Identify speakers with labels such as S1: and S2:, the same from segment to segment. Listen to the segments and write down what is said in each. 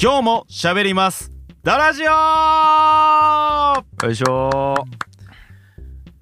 S1: 今日も喋りますダラジオ
S2: よいしょ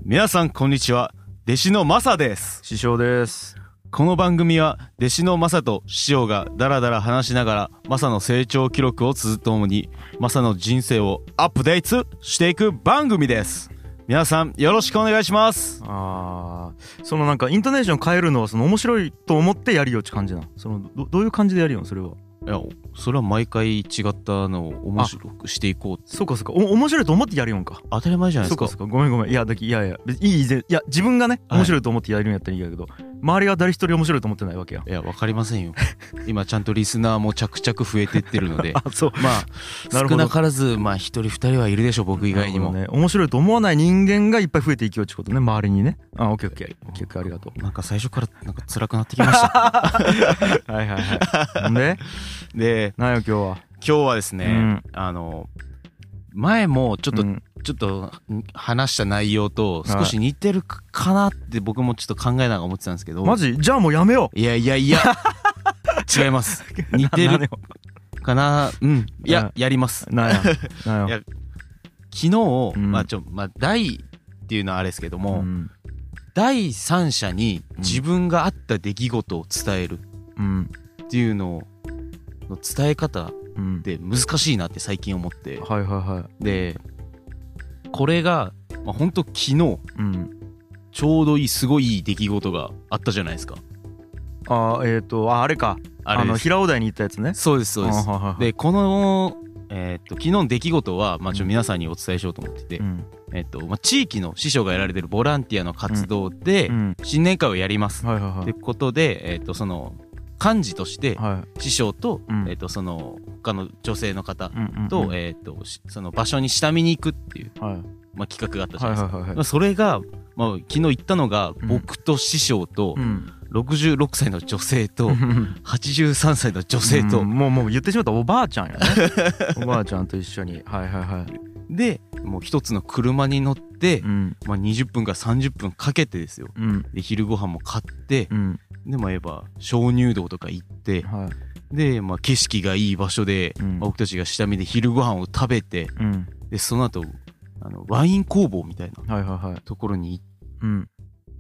S1: 皆さんこんにちは弟子のマサです
S2: 師匠です
S1: この番組は弟子のマサと師匠がダラダラ話しながらマサの成長記録をつづとともにマサの人生をアップデートしていく番組です皆さんよろしくお願いします
S2: あーそのなんかイントネーション変えるのはその面白いと思ってやりよって感じなのそのどどういう感じでやるよそれはい
S1: やそれは毎回違ったのを面白くしていこう
S2: そうかそうかお面白いと思ってやるよんか
S1: 当たり前じゃない
S2: そ
S1: で
S2: う
S1: す
S2: か
S1: か
S2: そうかごめんごめんいやだきいやいや別にいいぜいや自分がね
S1: はい
S2: 面白いと思ってやるんやったらいいんやけど、周りが誰一人面白いと思ってないわけや
S1: いやわかりませんよ今ちゃんとリスナーも着々増えてってるので
S2: あそう
S1: まあ
S2: なるほ
S1: 少
S2: ど
S1: なからずまあ一人二人はいるでしょう僕以外にも
S2: なるほどね、面白いと思わない人間がいっぱい増えていきようってことね周りにねあオッケーオッケーオッケーオッケーあ りがと
S1: なんか最初からなんか辛くなってきました
S2: うはいはいはいんで
S1: で
S2: なんよ今日は
S1: 今日はですね、
S2: うん
S1: あの前もちょっと、
S2: うん
S1: ちょっとん話した内容と少し似てるかかなって僕もちょっと考えながら思ってたんですけど
S2: マジじゃあもうやめよ
S1: いやいや いや違います
S2: う
S1: 似て
S2: なな
S1: るかなうんいや、やります
S2: なんやなん
S1: い
S2: や
S1: や昨日、
S2: うん
S1: まあちょまあ第っていうのはあれですけども、
S2: うん
S1: 第三者に自分があった出来事を伝える
S2: うん
S1: っていうのをの伝え方
S2: うん
S1: って難しいなって最近思って
S2: はいはいは
S1: でこれが、まあ、ほんと昨日
S2: いうん
S1: ちょうどいいすごいいい出来事があったじゃないですか
S2: あーえっ、とああれか
S1: あれ
S2: の
S1: です
S2: 平尾台に行ったやつね
S1: そうですそうです
S2: あーはいはいはい
S1: でこの、えーっと昨日の出来事は、まあ、ちょっと皆さんにお伝えしようと思ってて、
S2: うん
S1: えーっとまあ、地域の師匠がやられてるボランティアの活動で
S2: うん
S1: 新年会をやりますっ
S2: はいはいは
S1: て
S2: い
S1: ことで、えーっとその幹事として
S2: はい
S1: 師匠と,、
S2: うん
S1: えーっとその他の女性の方
S2: うんうんうん
S1: と,、
S2: はい
S1: えーっとしその場所に下見に行くっていう、
S2: はい
S1: まあ、企画があったじゃないい
S2: は
S1: ですか。
S2: はいはい
S1: まあそれが、まあ、昨日行ったのが
S2: ん
S1: 僕と師匠と
S2: うん
S1: 66歳の女性と
S2: うん
S1: 83歳の女性と、
S2: うんもうもう言ってしまったらおばあちゃんやねおばあちゃんと一緒にはいはいはい
S1: でもう一つの車に乗って、
S2: うん
S1: まあ、20分から30分かけてですよ
S2: うん
S1: で昼ご飯も買って
S2: うん
S1: でまあ言えば鍾乳洞とか行って
S2: はい
S1: で、まあ、景色がいい場所で、
S2: うん
S1: まあ僕たちが下見で昼ご飯を食べて
S2: うん
S1: でその後あのワイン工房みたいな
S2: はいはいはい
S1: ところに行っ
S2: うん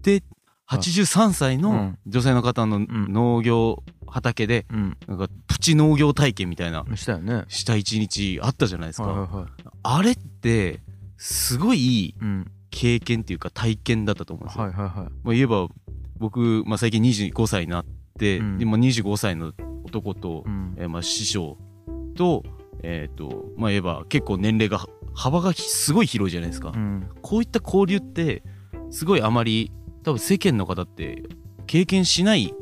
S1: て83歳
S2: う
S1: の
S2: ん
S1: 女性の方の
S2: ん
S1: 農業畑で
S2: うん
S1: なんかプチ農業体験みたいな
S2: したよねはい
S1: した一日あったじゃないですか、
S2: はいはい
S1: あれってすごいいい
S2: うん
S1: 経験っていうか体験だったと思うんですよ、
S2: はいはいは
S1: まあ、言えば僕、まあ、最近25歳になって、
S2: うん
S1: でまあ25歳の男と
S2: い、うん
S1: えーまあ、師匠とえっ、とまあ言えば結構年齢が幅がひすごい広いじゃないですか、
S2: うん
S1: こういった交流ってすごいあまり多分世間の方って経験しない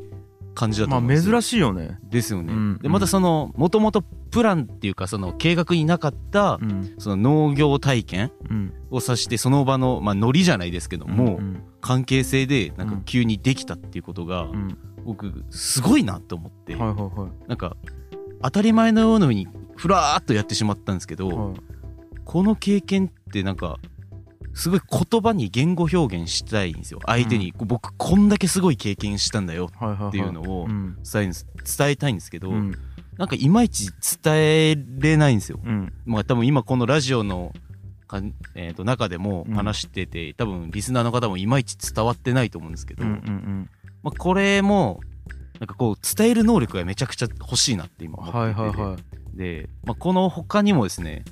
S1: 感じだと
S2: ま
S1: 思うんで
S2: あ
S1: すよ、
S2: 珍しいよね
S1: ですよね。
S2: うん
S1: でまたそのもともとプランっていうかその計画になかった
S2: うん
S1: その農業体験
S2: うん
S1: を指してその場のまあノリじゃないですけども
S2: ん
S1: 関係性でなんか急にできたっていうことが
S2: うん
S1: 僕すごいなと思って
S2: はいはいはい
S1: なんか当たり前のようにふらーっとやってしまったんですけど
S2: はい
S1: この経験ってなんかすごい言葉に言語表現したいんですよ相手に僕こんだけすごい経験したんだよ
S2: はいはいはい
S1: っていうのを
S2: うん
S1: 伝えるんです伝えたいんですけど、
S2: うん
S1: なんかいまいち伝えれないんですよ。
S2: うん
S1: まあ多分今このラジオのかん、えー、と中でも
S2: うん
S1: 話してて、多分リスナーの方もいまいち伝わってないと思うんですけど、
S2: うんうん
S1: まあ、これもなんかこう伝える能力がめちゃくちゃ欲しいなって今
S2: う
S1: 思
S2: ん
S1: ってて、
S2: はいはいはい
S1: で、まあ、この他にもですね、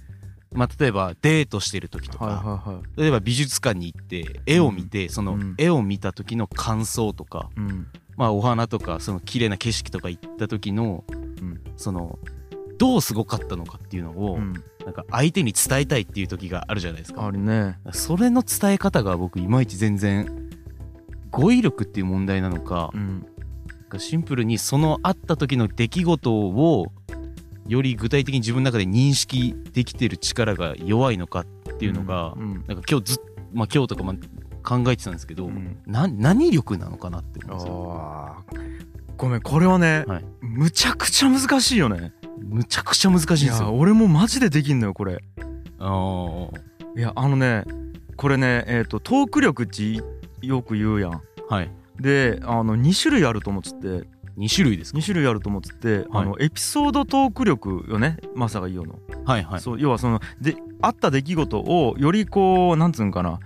S1: まあ、例えばデートしてる時とか、
S2: はいはいはい
S1: 例えば美術館に行って絵を見て、その
S2: うん
S1: 絵を見た時の感想とか、
S2: うん
S1: まあ、お花とかその綺麗な景色とか行った時の、
S2: うん
S1: そのどうすごかったのかっていうのを、
S2: うん
S1: なんか相手に伝えたいっていう時があるじゃないですか
S2: あれね
S1: それの伝え方が僕いまいち全然語彙力っていう問題なのか
S2: うん
S1: なんかシンプルにそのあった時の出来事をより具体的に自分の中で認識できてる力が弱いのかっていうのが
S2: うん
S1: なんか今日ずっまあ今日とかまあ考えてたんですけど、
S2: うん
S1: な何力なのかなって思うんですよ
S2: あーごめんこれはね
S1: はい
S2: むちゃくちゃ難しいよね
S1: むちゃくちゃ難しいんで
S2: い
S1: す
S2: や
S1: よ
S2: 俺もマジでできんのよこれ
S1: あー
S2: いやあのねこれねえっとトーク力っちよく言うやん
S1: はい
S2: であの2種類あると思っつって
S1: 2種類ですか
S2: 2種類あると思ってて、
S1: はい
S2: あのエピソードトーク力よねマサが言うの、
S1: はいはい
S2: そう要はそのであった出来事をよりこうなんつうんかな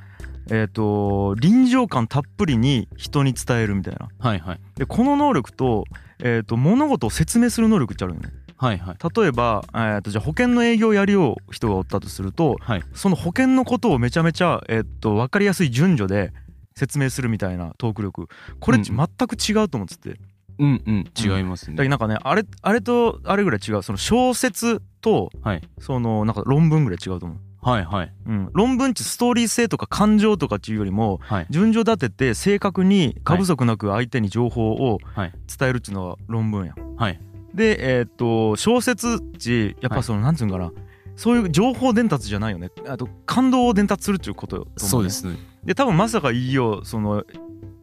S2: えっ、と臨場感たっぷりに人に伝えるみたいな
S1: はいはい
S2: でこの能力と,、えー、と物事を説明する能力ってあるよね
S1: はいはい
S2: 例えば、えー、とじゃあ保険の営業をやるよう人がおったとすると、
S1: はい
S2: その保険のことをめちゃめちゃ、えー、と分かりやすい順序で説明するみたいなトーク力これ
S1: うん
S2: 全く違うと思ってて、
S1: うんうん違います
S2: だけど
S1: ね
S2: なんかねあれあれとあれぐらい違うその小説と
S1: はい
S2: そのなんか論文ぐらい違うと思う。
S1: はいはい
S2: うん、論文ってストーリー性とか感情とかっていうよりも
S1: はい
S2: 順序立てて正確に過不足なく相手に情報を
S1: はい
S2: 伝えるっていうのが論文やん。
S1: はい
S2: で、えーっと小説っちやっぱそのなんつうんかな、そういう情報伝達じゃないよねあと感動を伝達するっていうことよと思ね
S1: そうで。すね
S2: で多分まさかいいよその、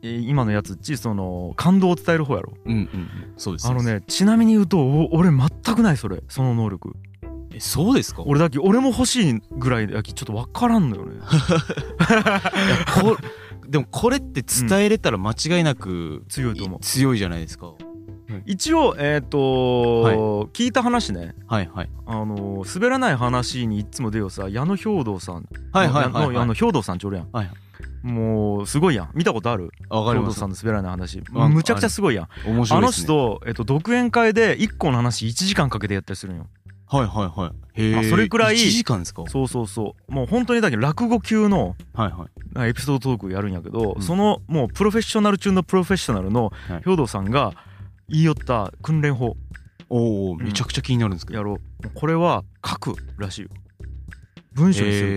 S2: えー今のやつっちその感動を伝える方やろ。
S1: うんうんうんそうです
S2: あのねちなみに言うとお俺全くないそれその能力
S1: えそうですか
S2: 俺だけ俺も欲しいぐらいだけちょっと分からん のよね
S1: いやこでもこれって伝えれたら間違いなく
S2: 強いと思う
S1: 強いじゃないですか
S2: 一応えっ、と
S1: はい
S2: 聞いた話ね
S1: はいはい
S2: あのー滑らない話にいつも出ようさ矢野兵道さん
S1: はいはいはい
S2: の
S1: は
S2: あ
S1: い
S2: の兵道さんちょるやん、
S1: はいは
S2: もうすごいやん見たことある
S1: あわか
S2: 兵
S1: り
S2: 道
S1: ま
S2: さ
S1: す
S2: んの滑らない話
S1: あ
S2: むちゃくちゃすごいやんあ,、
S1: 面白い
S2: の
S1: ですね
S2: 人、えっと独演会で1個の話1時間かけてやったりするんよ
S1: はいはいはいへ
S2: あ
S1: え
S2: それくらい
S1: 1時間ですかはい
S2: そうそうそうもう本当にだけど落語級の
S1: はい
S2: エピソードトークやるんやけど、
S1: うん
S2: そのもうプロフェッショナル中のプロフェッショナルの
S1: はい
S2: 兵道さんが言い寄った訓練法
S1: おお
S2: ん
S1: めちゃくちゃ気になるんですけ
S2: や
S1: ど
S2: ろうこれは書くらしいよ文章にする、
S1: へ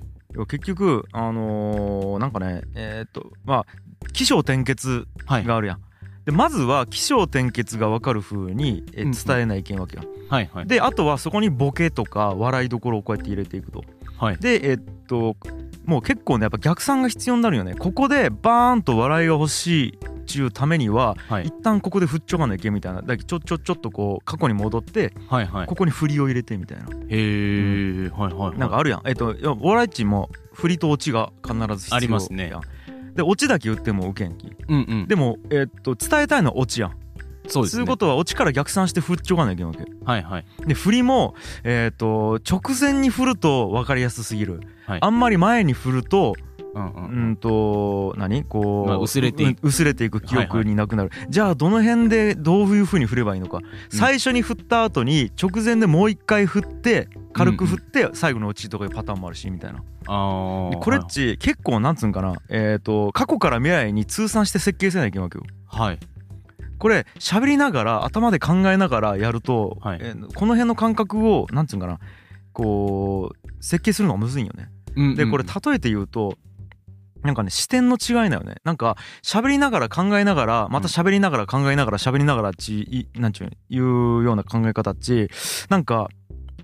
S1: え
S2: 要は結局あのーなんかねえーっとまあ起承転結
S1: はい
S2: があるやん、でまずは起承転結が分かる風にえ
S1: うんうん
S2: 伝えないけんわけよ、
S1: はいはい
S2: であとはそこにボケとか笑いどころをこうやって入れていくと
S1: はい
S2: でえーっともう結構ねやっぱ逆算が必要になるよねここでバーンと笑いが欲しいっちゅうためには、
S1: はい
S2: 一旦ここで振っちょかないけんみたいなだけどちょちょちょっとこう過去に戻って
S1: はいはい
S2: ここに振りを入れてみたいな
S1: へえはいはいはい
S2: なんかあるやん。えっと、お笑いっちも振りと落ちが必ず必要
S1: ありますね
S2: やんで、落ちだけ言っても受けんき。
S1: うんうん
S2: でも、えっと、伝えたいのは落ちやん。
S1: そうです
S2: そう
S1: ね
S2: いうことは、落ちから逆算して振っちょかないけんわけ。
S1: はいはい
S2: で、振りも、えっと、直前に振ると分かりやすすぎる。
S1: はい
S2: あんまり前に振ると、
S1: うんう
S2: うんんと、何こう、
S1: まあ薄れてい
S2: うん薄れていく記
S1: はいは
S2: 憶
S1: い
S2: になくなる。じゃあ、どの辺でどういうふうに振ればいいのか。最初に振った後に、直前でもう一回振って、軽く振って、最後の落ちとかいうパターンもあるし、みたいな。
S1: あ
S2: で
S1: あ
S2: これっち結構なんつうんかなえっ、と過去から未来に通算して設計せないといけないわけよ
S1: はい
S2: これ喋りながら頭で考えながらやると、
S1: はい
S2: えーこの辺の感覚をなんつうんかなこう設計するのがむずいんよね
S1: うんうん
S2: でこれ例えて言うとなんかね視点の違いだよねなんか喋りながら考えながらまた喋りながら考えながら喋りながらっちいなんちゅうのいうような考え方っちなんか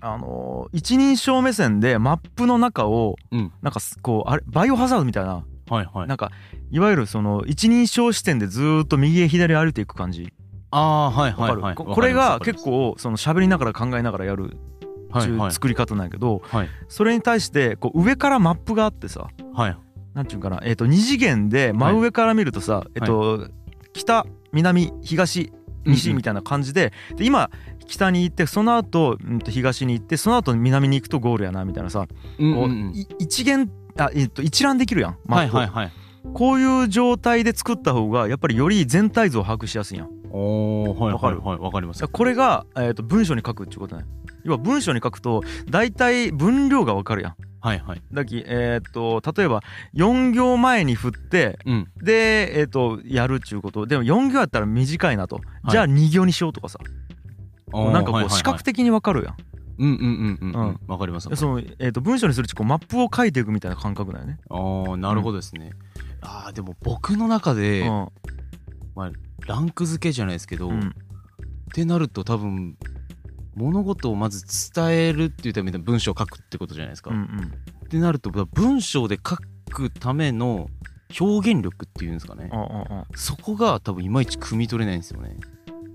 S2: あのー一人称目線でマップの中を
S1: うん
S2: なんかすこうあれバイオハザードみたいな
S1: はいはい
S2: なんかいわゆるその一人称視点でずーっと右へ左へ歩いていく感じ
S1: ああーはい
S2: わ
S1: はい
S2: かる、
S1: はい
S2: こ
S1: わ
S2: こ
S1: か
S2: れ
S1: ります
S2: が
S1: わかりま
S2: 結
S1: す
S2: 構その喋りながら考えながらやるって
S1: はいいうはい
S2: 作り方なんやけど、
S1: はい
S2: それに対してこう上からマップがあってさ
S1: はい
S2: なんていうんかな、えっと2次元で真上から見るとさ、えっと北南東西みたいな感じで,、で今北に行ってその後、うん、と東に行ってその後南に行くとゴールやなみたいなさ、
S1: うん
S2: こ
S1: う
S2: うんい一元あ、えっと一覧できるやん、
S1: うん
S2: マ
S1: は
S2: ッ
S1: い
S2: プ
S1: はいはい
S2: こういう状態で作った方がやっぱりより全体像を把握しやすいやんだ
S1: おおはい
S2: わか
S1: はい
S2: る
S1: はいわかります
S2: からこれが、えっと文章に書くっていうことね要は文章に書くと大体分量がわかるやん
S1: はいはい
S2: だきえっと例えば4行前に振って
S1: うん
S2: で、えっとやるっちゅうことでも4行やったら短いなと、
S1: い
S2: じゃあ2行にしようとかさ
S1: おー
S2: なんか
S1: はいはい
S2: こう
S1: はい
S2: 視覚的にわかるやん、
S1: うんうんうんうんう
S2: うん
S1: んわかります
S2: その、えっと文章にするっちこうマップを書いていくみたいな感覚だよね、
S1: ああなるほどですねああでも僕の中でランク付けじゃないですけど
S2: うんうん
S1: ってなると多分物事をまず伝えるっていうために文章を書くってことじゃないですか。
S2: うんう
S1: っ
S2: ん
S1: てなると文章で書くための表現力っていうんですかね
S2: あああ
S1: そこが多分いまいち汲み取れないんですよね。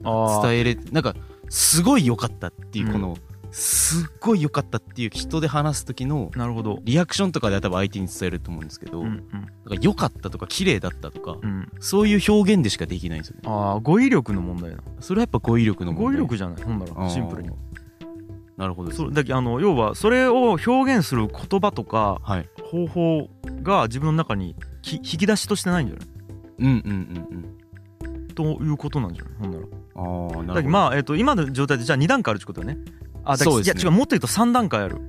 S2: ああー
S1: 伝えれなんかすごい良かったっていうこのすっごい良かったっていう人で話す時の
S2: なるほど。
S1: リアクションとかで多分相手に伝えると思うんですけど、
S2: うんう
S1: なん
S2: ん
S1: か良かったとか綺麗だったとか、
S2: うん。
S1: そういう表現でしかできないんですよね
S2: ああ語彙力の問題な。
S1: それはやっぱ語彙力の問
S2: 語彙
S1: 題
S2: 力じゃない。ほんな
S1: あ
S2: ら
S1: ー
S2: シンプルに。
S1: なるほどです
S2: そうだけあの要はそれを表現する言葉とか
S1: はい
S2: 方法が自分の中にき引き出しとしてないんじゃない？
S1: うんうんうん
S2: ということなんじゃない？ほんなら。
S1: うんああなるほ
S2: だけど
S1: ど
S2: まあえっと今の状態でじゃあ二段階あるってことだよね。あだけど
S1: そうですね
S2: いや違うもっと言うと三段階ある。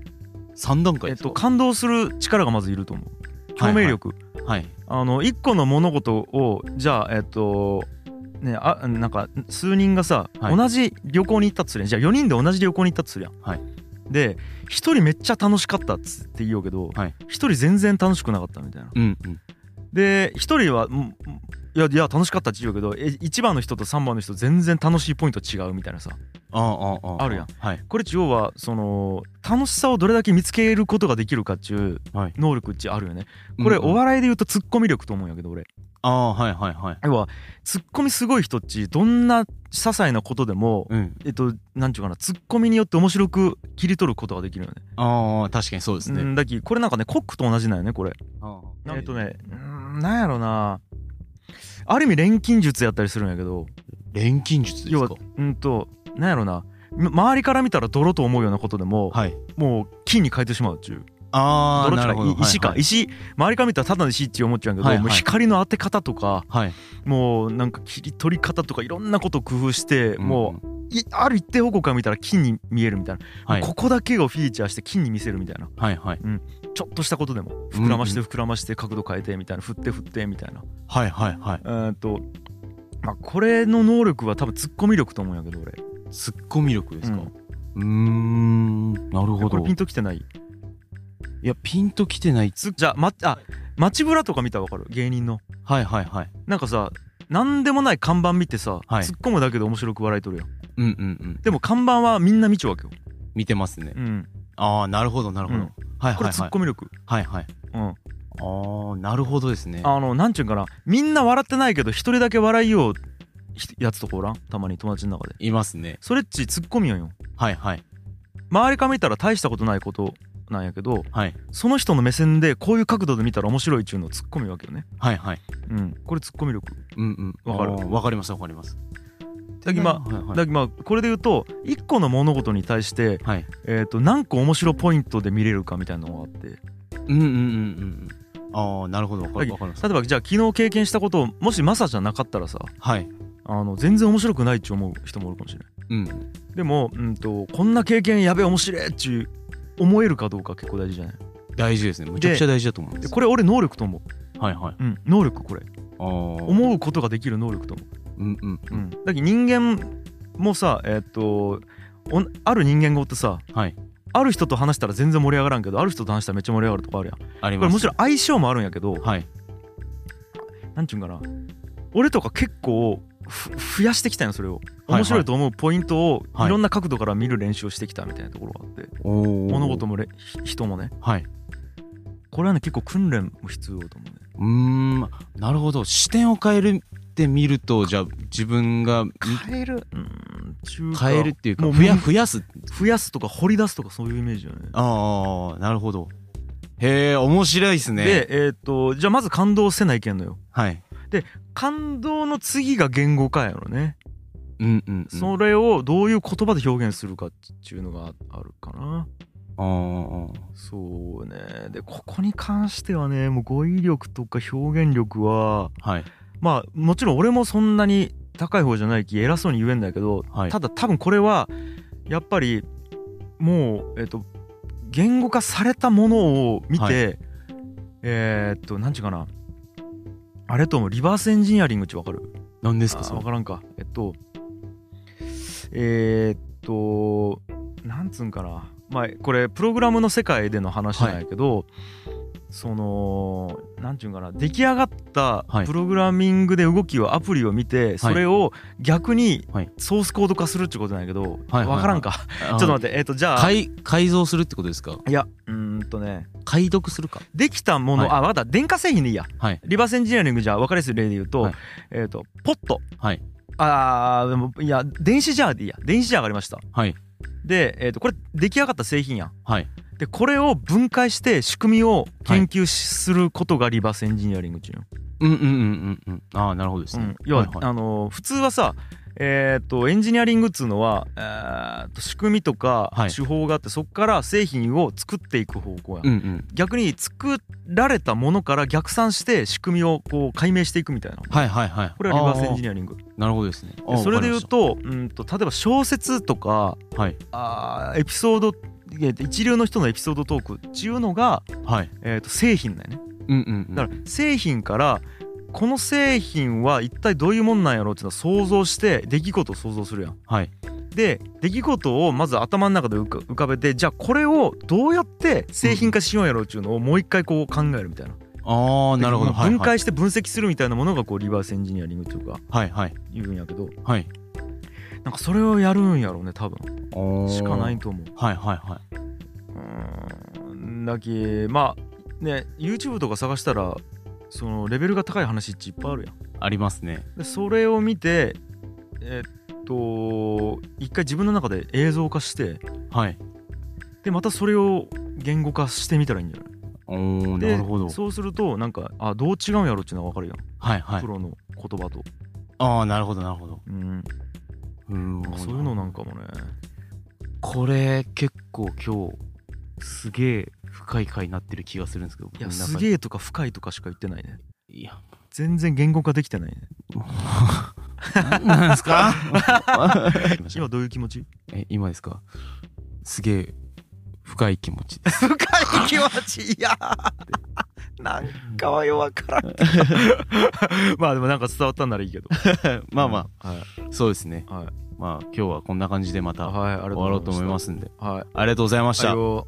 S1: 3段階
S2: えっ
S1: ですか
S2: と感動する力がまずいると思う。
S1: はい
S2: 共鳴力。
S1: はい
S2: あの一個の物事をじゃあえっとねあなんか数人がさ、
S1: はい
S2: 同じ旅行に行ったとするやんじゃあ4人で同じ旅行に行ったとするやん。
S1: はい
S2: で1人めっちゃ楽しかったっつって言おうけど、
S1: はい
S2: 一1人全然楽しくなかったみたいな。
S1: うんうん
S2: で1人はうん「いやいや楽しかった」って言うけど1番の人と3番の人全然楽しいポイント違うみたいなさ
S1: ああああ
S2: あるやん
S1: はい
S2: これ要はその楽しさをどれだけ見つけることができるかっちゅう
S1: はい
S2: 能力っちあるよね。これ
S1: うんうん
S2: お笑いで言うとツッコミ力と思うんやけど俺。
S1: ああはいはいはい
S2: 要はツッコミすごい人っちどんな些細なことでも、
S1: うん
S2: えっとなんていうかなツッコミによって面白く切り取ることができるよね。
S1: ああ確かにそうです
S2: う
S1: ね
S2: んだきこれなんかねコックと同じなんよねこれ。
S1: ああ
S2: えっとねうんなんやろなある意味錬金術やったりするんやけど
S1: 錬金術で
S2: 要
S1: す
S2: は
S1: か
S2: うんとなんやろなま周りから見たら泥と思うようなことでも、
S1: はい
S2: もう金に変えてしまうっちゅう
S1: ああ
S2: 泥っ
S1: な
S2: ちゅう
S1: る
S2: か
S1: ほど
S2: い石か、
S1: はい
S2: 石周りから見たらただの石って思っちゃうんやけど、
S1: はいはい
S2: もう光の当て方とか
S1: はい
S2: もうなんか切り取り方とかいろんなことを工夫して、
S1: うん
S2: もういある一定方向から見たら金に見えるみたいな、
S1: はい
S2: ここだけをフィーチャーして金に見せるみたいな
S1: はいはい
S2: ちょっとしたことでも膨らまし
S1: う
S2: て
S1: ん
S2: 膨らまして角度変えてみたいな振って振ってみたいな
S1: はいはいはい
S2: えーっとまあこれの能力は多分ツッコミ力と思うんやけど俺
S1: ツッコミ力ですか
S2: うん
S1: うーんなるほ
S2: こ
S1: ど
S2: れピンときてない
S1: いやピンときてない
S2: つじゃあ,、ま、あ街ブラとか見たらわかる芸人の
S1: はいはいはい
S2: なんかさなんでもない看板見てさ、
S1: はい
S2: 突っ込むだけで面白く笑いとるやん
S1: うんうんうん
S2: でも看板はみんな見ちゃうわけよ、
S1: 見てますね
S2: うん、
S1: ああなるほどなるほど
S2: うん
S1: はい
S2: こ
S1: は
S2: れ
S1: い
S2: ツ
S1: は
S2: ッ
S1: い
S2: コミ力、
S1: はいはい
S2: うん
S1: ああなるほどですね
S2: あのなんちゅうんかなみんな笑ってないけど一人だけ笑いようひやつとかおらんたまに友達の中で
S1: いますね
S2: それっちツッコミやんよ
S1: はいはい
S2: 周りから見たら大したことないことなんやけど
S1: はい
S2: その人の目線でこういう角度で見たら面白いっちゅうのをツッコミわけよね
S1: はいはい
S2: うんこれツッコミ力
S1: うんうん
S2: わかる
S1: あーわかりますわかります
S2: だけどまあ
S1: はいはい
S2: だけどまあこれで言うと一個の物事に対して、
S1: はい
S2: えー、と何個面白ポイントで見れるかみたいなのがあって例
S1: うんうんうんうんうんああなるほどわかるわかります
S2: えばじゃあ昨日経験したことをもしマサじゃなかったらさ
S1: はい
S2: あの全然面白くないっちゅう思う人もおるかもしれない
S1: うん
S2: でも、うん、とこんな経験やべえ面白いっちゅう思えるかどうか結構大事じゃない
S1: 大事ですねむちゃくちゃ大事だと思うんで
S2: ですこれ俺能力と思う、
S1: はいはい
S2: うん、能力これ
S1: あ思
S2: 思うことができる能力と思
S1: うんうん
S2: う、うん、だけど人間もさえーっとおんある人間語ってさ
S1: はい
S2: ある人と話したら全然盛り上がらんけどある人と話したらめっちゃ盛り上がるとこあるやんこ
S1: あり
S2: れ
S1: ます
S2: もちろん相性もあるんやけど
S1: はい
S2: なんちゅうんかな俺とか結構ふ増やしてきたんよそれを
S1: いはい
S2: 面白いと思うポイントを
S1: はい
S2: いろんな角度から見る練習をしてきたみたいなところがあって
S1: おー
S2: 物事もれひ人もね
S1: はい
S2: これはね結構訓練も必要だと思うね
S1: うーんなるほど視点を変えるって見るとじゃあ自分がみ
S2: 変えるうん中華
S1: 変えるっていうか
S2: もう
S1: 増や
S2: もう
S1: 増やす
S2: 増やすとか掘り出すとかそういうイメージよね
S1: ああなるほどへえ面白いですね
S2: でえっ、とじゃあまず感動せないけんのよ
S1: はい
S2: 感動の次が言語化やろね、
S1: うんうん、うん、
S2: それをどういう言葉で表現するかっていうのがあるかな
S1: あー
S2: そうねでここに関してはねもう語彙力とか表現力は
S1: はい
S2: まあもちろん俺もそんなに高い方じゃないき偉そうに言えんだけど
S1: はい
S2: ただ多分これはやっぱりもうえっと言語化されたものを見て、
S1: は
S2: えーっと何ちゅうかなあれともリバースエンジニアリングってわかる
S1: 何で
S2: です
S1: かそれ
S2: 分からんかえっとえーっとなんつうんかなまあこれプログラムの世界での話なんやけど、そのなんちゅうんかな出来上がった
S1: はい
S2: プログラミングで動きをアプリを見てそれを逆に
S1: はい
S2: ソースコード化するってことなんやけど
S1: はいは
S2: 分
S1: いはい
S2: からんか
S1: ちょ
S2: ちょっと待ってえっとじゃあ
S1: 改改造するってことですか
S2: いやうーんとね
S1: 解読するか
S2: できたもの
S1: はい
S2: あわかった電化製品でいいや
S1: はい
S2: リバースエンジニアリングじゃ分かりやすい例で言うと、
S1: はい
S2: えっ、とポット
S1: はい
S2: あーでもいや電子ジャーでいいや電子ジャーがありました
S1: はい
S2: で、えー、とこれ出来上がった製品やん
S1: はい
S2: でこれを分解して仕組みを研究しすることがリバースエンジニアリングっていうの、
S1: うんうんうんうんうんああなるほどです
S2: う
S1: ね、
S2: ん、要は、
S1: はいはい
S2: あのー普通はさえー、とエンジニアリングっつうのは、えー、と仕組みとか
S1: はい
S2: 手法があって、そこから製品を作っていく方向や、
S1: うんうん
S2: 逆に作られたものから逆算して仕組みをこう解明していくみたいな
S1: はいはいはい
S2: これはリバースエン
S1: ニ
S2: ジニアリング
S1: アなるほどですねあ
S2: で
S1: ー
S2: それで言う
S1: わか
S2: とうんと例えば小説とか
S1: りましたはい
S2: あーエピソードえーと一流の人のエピソードトークっていうのが、
S1: はい
S2: えー、と製品だよね
S1: うんうんうん
S2: だから製品からこの製品は一体どういうもんなんやろうっていうのを想像して出来事を想像するやん。
S1: はい
S2: で出来事をまず頭の中で浮か浮かべてじゃあこれをどうやって製品化しようやろうっていうのをもう一回こう考えるみたいな。
S1: ああなるほど
S2: で分
S1: はい
S2: 解して分析するみたいなものがこうリバースエンジニアリングというか
S1: はいはい
S2: いうんやけど
S1: はい
S2: なんかそれをやるんやろうね多分
S1: はい
S2: しかない
S1: い
S2: と思う。
S1: はいはいはいう
S2: ーんだけまあね YouTube とか探したらそのレベルが高い話っちいっぱいあるやん。
S1: ありますね
S2: でそれを見てえっと一回自分の中で映像化して
S1: はい
S2: でまたそれを言語化してみたらいいんじゃない
S1: おお
S2: で
S1: なるほど
S2: そうするとなんかあどう違うんやろっていうのは分かるやん、
S1: はいはい
S2: プロの言葉と、
S1: ああなるほどなるほど
S2: うん、
S1: うーん
S2: そういうのなんかもね
S1: これ結構今日すげえ深い回になってる気がするんですけど
S2: いや
S1: 僕の
S2: す
S1: 中で
S2: げえとか深いとかしか言ってないね
S1: いや
S2: 全然言語化できてないね
S1: 何なんですか
S2: 今どういう気持ち
S1: え今ですかすげえ深い気持ちです
S2: 深い気持ちいや なんかは弱からん まあでもなんか伝わったんならいいけど
S1: まあま
S2: あ、はい
S1: あそうですね
S2: はい
S1: まあ今日はこんな感じでまた
S2: はい、ありがとうござ
S1: 終わろうと思
S2: いました
S1: いますんで
S2: はい。
S1: ありがとうございました
S2: はいよ